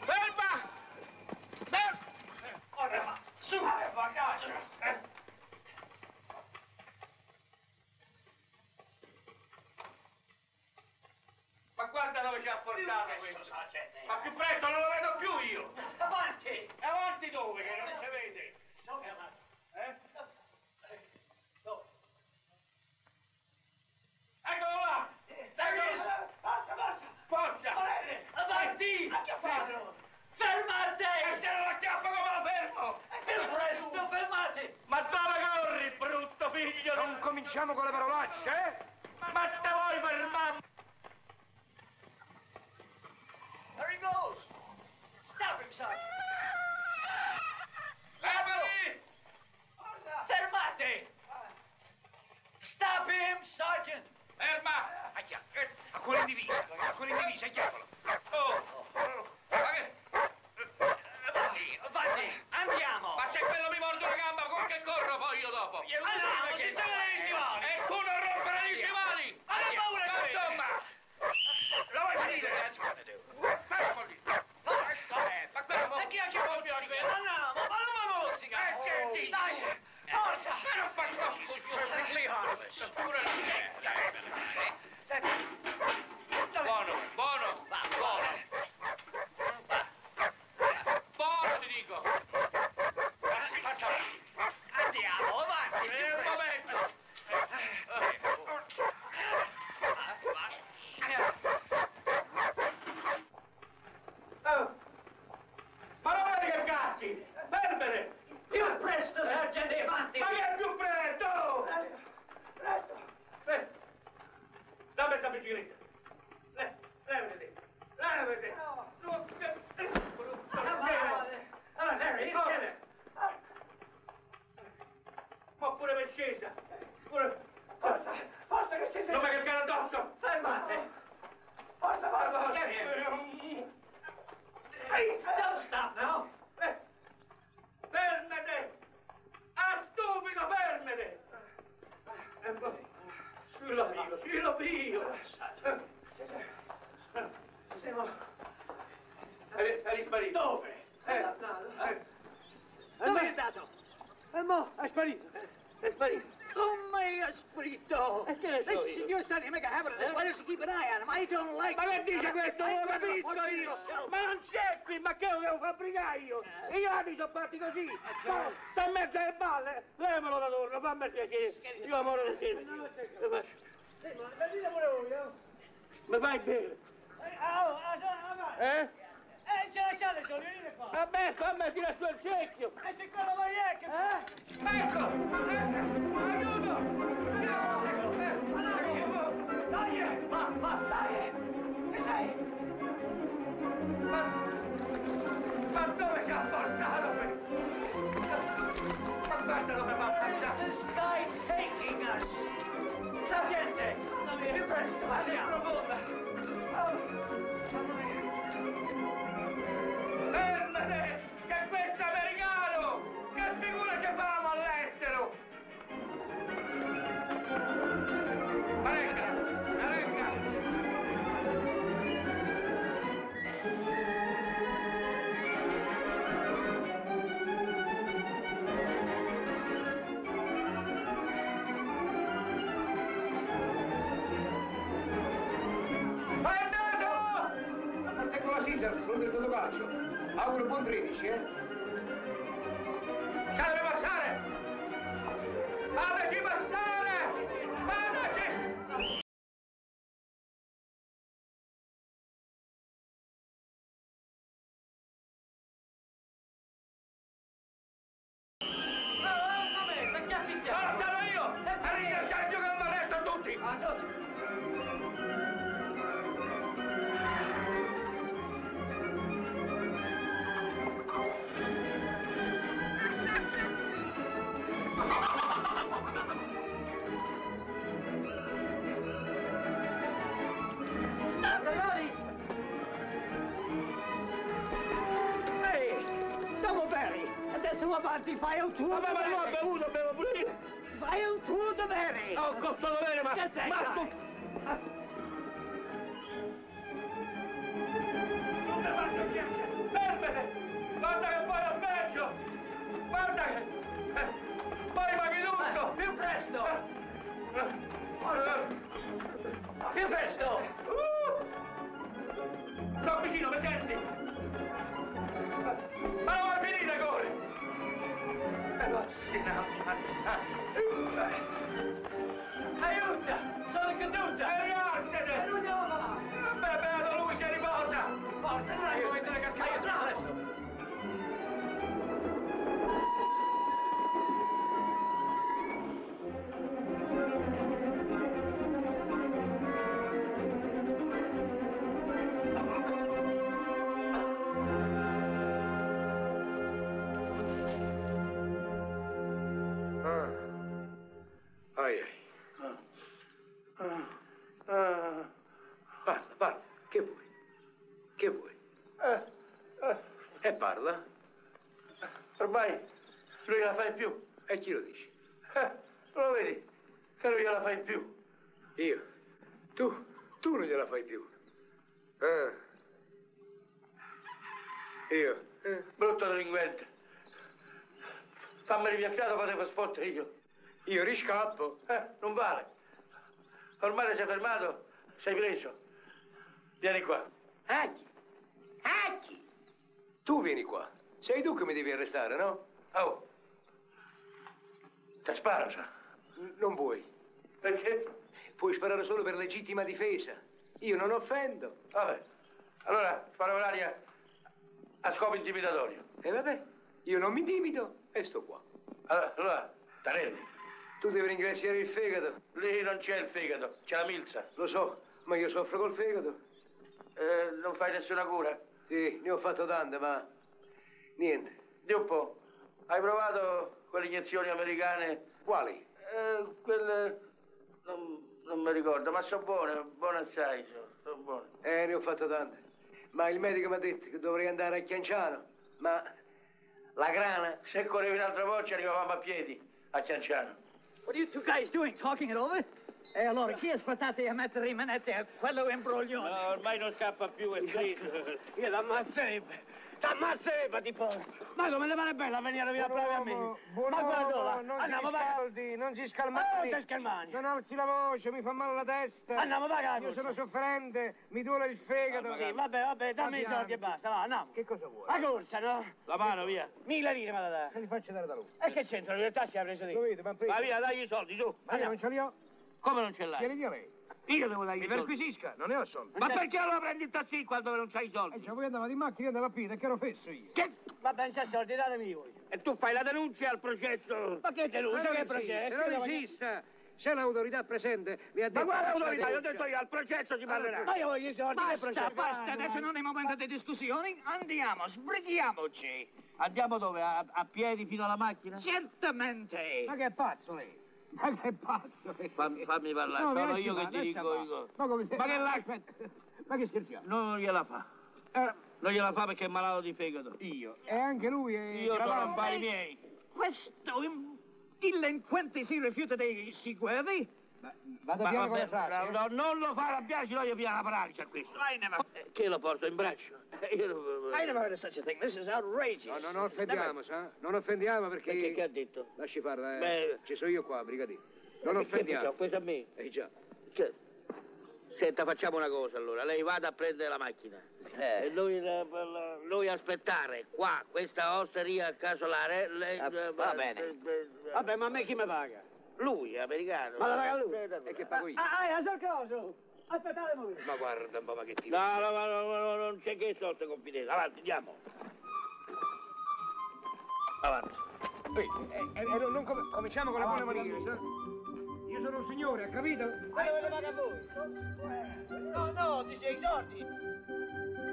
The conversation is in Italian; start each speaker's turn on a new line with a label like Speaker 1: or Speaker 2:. Speaker 1: Eh. dove ci ha portato questo? Eh, Ma più presto, non lo vedo più io!
Speaker 2: Avanti!
Speaker 1: E avanti dove, che non si vede?
Speaker 2: No, che avanti.
Speaker 1: Eh?
Speaker 2: No.
Speaker 1: Eccolo là! Eccolo là!
Speaker 2: Basta, basta!
Speaker 1: Forza!
Speaker 2: Morelli, avanti! Acchiapparlo!
Speaker 1: E
Speaker 2: Fermate!
Speaker 1: se non lo acchiappo come lo fermo?
Speaker 2: Per presto, fermate!
Speaker 1: Ma dove corri, brutto figlio?
Speaker 3: Non cominciamo con le parolacce, eh?
Speaker 1: Ma te vuoi fermare?
Speaker 2: There he goes! Stop him, son!
Speaker 1: Fermati!
Speaker 2: Fermate! Stop him, Sergeant!
Speaker 1: Ferma!
Speaker 3: Aia, eh, a cuore in divisa, a cuore in divisa, chiamalo.
Speaker 1: Oh! Ma che...
Speaker 3: Eh,
Speaker 2: Avanti, avanti, andiamo!
Speaker 1: Ma se quello mi morde una gamba, con che corro poi io dopo?
Speaker 2: Andiamo, si tenere
Speaker 1: Eh,
Speaker 2: gli stivali!
Speaker 1: E tu non rompere gli stivali!
Speaker 2: Ma che paura
Speaker 1: Ma
Speaker 2: c'è?
Speaker 1: Insomma! Eh, Lo vuoi finire? Fermo lì!
Speaker 2: Porca!
Speaker 1: Ma fermo!
Speaker 2: E chi ha chiamato più di me? Andiamo, ma non mi musica!
Speaker 1: Eh, senti!
Speaker 2: Dai, forza!
Speaker 1: Ma non faccio un
Speaker 2: Perfectly
Speaker 1: eh.
Speaker 2: harmless.
Speaker 1: Buono, buono, buono. Buono ti dico.
Speaker 2: Andiamo, avanti!
Speaker 1: È un momento. Eh, Oh.
Speaker 2: Ah.
Speaker 1: Ma non vedi che cazzi? Fermere!
Speaker 2: Più presto, sergente, avanti!
Speaker 1: Ma che è più presto?
Speaker 2: Presto!
Speaker 1: Eh, Dammi questa bicicletta. Le- Levati. Levati.
Speaker 2: No.
Speaker 1: No, che- eh, brutto.
Speaker 2: Ah, there he is!
Speaker 1: Oh. Ma pure per scesa. Pure...
Speaker 2: Forza, forza che ci sei!
Speaker 1: Non mi cascare addosso. Eh.
Speaker 2: Fermate! Forza, forza, eh. get him! Hey, don't stop now!
Speaker 1: Eh, Fermate! Ah, stupido, fermate! E poi, Sì, lo pio, sì, lo pio!
Speaker 2: Siamo...
Speaker 1: Eri, eri sparito.
Speaker 2: Dove?
Speaker 1: Eh,
Speaker 2: Dove
Speaker 1: eh,
Speaker 2: è andato? E mo è sparito. È sparito. Come è sparito? E che ne so
Speaker 4: This is your son, you make a habit of this. Why don't you keep an eye on him? I don't like
Speaker 1: Ma che dice questo?
Speaker 4: I
Speaker 1: Non lo
Speaker 4: don't
Speaker 1: capisco
Speaker 4: like
Speaker 1: io!
Speaker 4: yourself.
Speaker 1: Ma non c'è qui, ma che lo devo fabbricare io? E io anni sono fatti così! Ma sta in mezzo alle balle! Levamelo da torno, fammi piacere! Io amore di sera! Lo faccio. Mi fai bene? Eh? Vabbè, fammi tirare su il secchio! Eh? Ecco! Aiuto! Aiuto! eh,
Speaker 2: Dai, va, va, dai! Che sei?
Speaker 1: Ma, ma dove ci ha portato questo? Ma guarda dove mi ha
Speaker 2: Where
Speaker 1: portato!
Speaker 2: is this guy taking us? Sergente, più presto, andiamo!
Speaker 1: Fermate! Che questo è americano! Che figura ci fanno all'estero! Marenga! Marenga! Guardato!
Speaker 3: Ecco la Caesar, sono del Totobaccio. Auguro buon 13, eh?
Speaker 1: Salve passare! Fateci passare! Fateci!
Speaker 2: Come? Ma chi ha
Speaker 1: Sono
Speaker 2: fischiato?
Speaker 1: stato io! A ringraziare Dio che non mi arresto tutti!
Speaker 2: Ma tutti!
Speaker 4: Ehi, Siamo ferri. Adesso avanti, fai un tour.
Speaker 1: Vabbè, ma io ho bevuto, bevo pure io!
Speaker 4: Fai un tour de veri.
Speaker 1: Ho costato bene, ma...
Speaker 4: Che te
Speaker 1: Ma tu...
Speaker 4: sai?
Speaker 1: Non mi faccio niente! Fermate! Guarda che poi è peggio! Guarda che... eh, Poi paghi tutto! Eh,
Speaker 2: Più presto! Più presto!
Speaker 1: Uh! Sto vicino, mi senti? Ma non è finita, Gore! Aiuta! Aiuta! Sono caduta! E rialzate! E non Vabbè, bello, lui si riposa! Forza, dai, come te ne cascaia adesso!
Speaker 3: Ah. Ai, ai.
Speaker 1: Ah.
Speaker 3: Parla, parla. Che vuoi? Che vuoi?
Speaker 1: Eh,
Speaker 3: E parla.
Speaker 1: Ormai lui non la fa in più.
Speaker 3: E chi lo dice?
Speaker 1: Eh, lo vedi? Che lui non la fa in più.
Speaker 3: Io. Tu, tu non gliela fai più. Ah. Io. eh.
Speaker 1: Brutto delinquente. Fammi via fiato, fatevo sfottere io.
Speaker 3: Io riscappo.
Speaker 1: Eh, non vale. Ormai sei fermato, sei preso. Vieni qua.
Speaker 3: Aghi. Aghi. Tu vieni qua. Sei tu che mi devi arrestare, no?
Speaker 1: Oh. Ti sparo, sa.
Speaker 3: N- non vuoi.
Speaker 1: Perché?
Speaker 3: Puoi sparare solo per legittima difesa. Io non offendo.
Speaker 1: Vabbè. Allora, sparo l'aria a scopo intimidatorio.
Speaker 3: E vabbè, io non mi timido e sto qua.
Speaker 1: Allora, allora Tarelli,
Speaker 3: Tu devi ringraziare il fegato.
Speaker 1: lì non c'è il fegato, c'è la milza.
Speaker 3: Lo so, ma io soffro col fegato.
Speaker 1: Eh, non fai nessuna cura?
Speaker 3: Sì, ne ho fatto tante, ma niente.
Speaker 1: Di un po'. Hai provato quelle iniezioni americane?
Speaker 3: Quali?
Speaker 1: Eh, quelle... Non, non mi ricordo, ma sono buone, buone assai, sono, sono buone.
Speaker 3: Eh, ne ho fatto tante. Ma il medico mi ha detto che dovrei andare a Chianciano. Ma la grana?
Speaker 1: Se correvi un'altra volta ci arrivavamo a piedi, a Cianciano.
Speaker 4: What are you two guys doing, talking it over? E allora, chi è spartate a mettere rimanete a quello imbroglione?
Speaker 1: ormai non scappa più, è scritto.
Speaker 2: Io l'ammazzerebbe, t'ammazzerebbe di porco. Ma come ne pare bella venire via proprio a me?
Speaker 5: Buon
Speaker 2: Ma guarda là,
Speaker 5: uomo, non
Speaker 2: andiamo
Speaker 5: si
Speaker 2: vai.
Speaker 5: scaldi, non si
Speaker 2: Oh,
Speaker 5: scalmati.
Speaker 2: te Ah, schermagni.
Speaker 5: non alzi la voce, mi fa male la testa.
Speaker 2: Andiamo vai,
Speaker 5: Io
Speaker 2: Carlo.
Speaker 5: sono sofferente, mi duole il fegato.
Speaker 2: Sì, vabbè, vabbè, dammi i
Speaker 5: Andiamo.
Speaker 2: soldi e basta, va, andiamo.
Speaker 5: Che cosa vuoi?
Speaker 2: La corsa, no? La mano, via. Mille lire me la dà.
Speaker 5: Se li faccio dare da lui.
Speaker 2: E che c'entra? Le tasse ha preso lì.
Speaker 5: Lo vedo, ma prego.
Speaker 2: Va via, dai i soldi, su.
Speaker 5: Ma io non ce li ho,
Speaker 2: Come non ce l'hai?
Speaker 5: glieli dia lei.
Speaker 2: Io devo dare i
Speaker 5: Mi
Speaker 2: soldi.
Speaker 5: perquisisca, non ne ho soldi.
Speaker 2: Ma perché allora prendi il taxi quando non c'hai i
Speaker 5: E
Speaker 2: soldi?
Speaker 5: cioè, voi andavate in macchina, io andavo a piedi, che ero fesso io.
Speaker 2: Che? Va bene, c'è soldi, datemi voi. E tu fai la denuncia al processo. Ma che
Speaker 5: Ma
Speaker 2: denuncia?
Speaker 5: non
Speaker 2: Che
Speaker 5: esiste,
Speaker 2: processo?
Speaker 5: non esiste. Se l'autorità presente mi ha detto...
Speaker 2: Ma guarda,
Speaker 5: questa
Speaker 2: autorità, io ho
Speaker 5: denuncia-
Speaker 2: detto io, al processo ci parlerà. Ma io voglio i soldi del
Speaker 4: Basta,
Speaker 2: processo.
Speaker 4: basta, adesso non è momento di discussioni. Andiamo, sbrighiamoci.
Speaker 2: Andiamo dove? A, a piedi fino alla macchina?
Speaker 4: Certamente.
Speaker 5: Ma che pazzo lei? Ma che pazzo lei?
Speaker 2: Fammi- fammi parlare,
Speaker 5: No, mi
Speaker 2: sono
Speaker 5: lasci
Speaker 2: io che
Speaker 5: fare,
Speaker 2: ti
Speaker 5: lascia
Speaker 2: dico,
Speaker 5: fare.
Speaker 2: dico.
Speaker 5: Ma come se...
Speaker 2: Ma che la-
Speaker 5: Aspetta, Ma che scherziamo?
Speaker 2: Non gliela fa.
Speaker 5: Eh,
Speaker 2: Non gliela fa perché è malato di fegato. Io.
Speaker 5: e anche lui è...
Speaker 2: Io sono
Speaker 5: Gravano.
Speaker 2: affari miei.
Speaker 4: Questo im- delinquente si rifiuta dei siguevi?
Speaker 5: Ma- Vado
Speaker 2: Ma
Speaker 5: piano con
Speaker 2: vabbè,
Speaker 5: la frase.
Speaker 2: no, no, non lo fa arrabbiare, ci voglio via la paralisi a questo. Eh, Che lo porto in braccio? Eh, Io lo...
Speaker 4: I never heard of such a thing. This is outrageous.
Speaker 5: No, no, non offendiamo, sa? Non offendiamo perché...
Speaker 2: Perché che ha detto?
Speaker 5: Lasci fare, eh.
Speaker 2: Beh-
Speaker 5: Ci sono io qua, brigadino. Non
Speaker 2: Eh, che facciamo?
Speaker 5: offendiamo.
Speaker 2: Questo a me.
Speaker 5: Eh già.
Speaker 2: Che- Senta, facciamo una cosa allora. Lei vada a prendere la macchina. E noi, la- la- noi aspettare qua, questa osteria casolare. Lei, eh, va bene.
Speaker 1: Vabbè, ma a me chi mi paga?
Speaker 2: Lui, americano.
Speaker 1: Ma la paga lui?
Speaker 2: Eh,
Speaker 5: E che pago io?
Speaker 4: Ah, ah, sono caso. Aspettate un momento.
Speaker 3: Ma guarda, mamma che ti...
Speaker 2: No, no, no, no, no, non c'è che sotto confidenza. Avanti, andiamo. Avanti.
Speaker 5: Ehi, eh, eh, non- non com- cominciamo con la buona maniera, sa? Ah, Io sono un signore, ha capito?
Speaker 4: Ma dove lo paga voi? No, no, dice i soldi.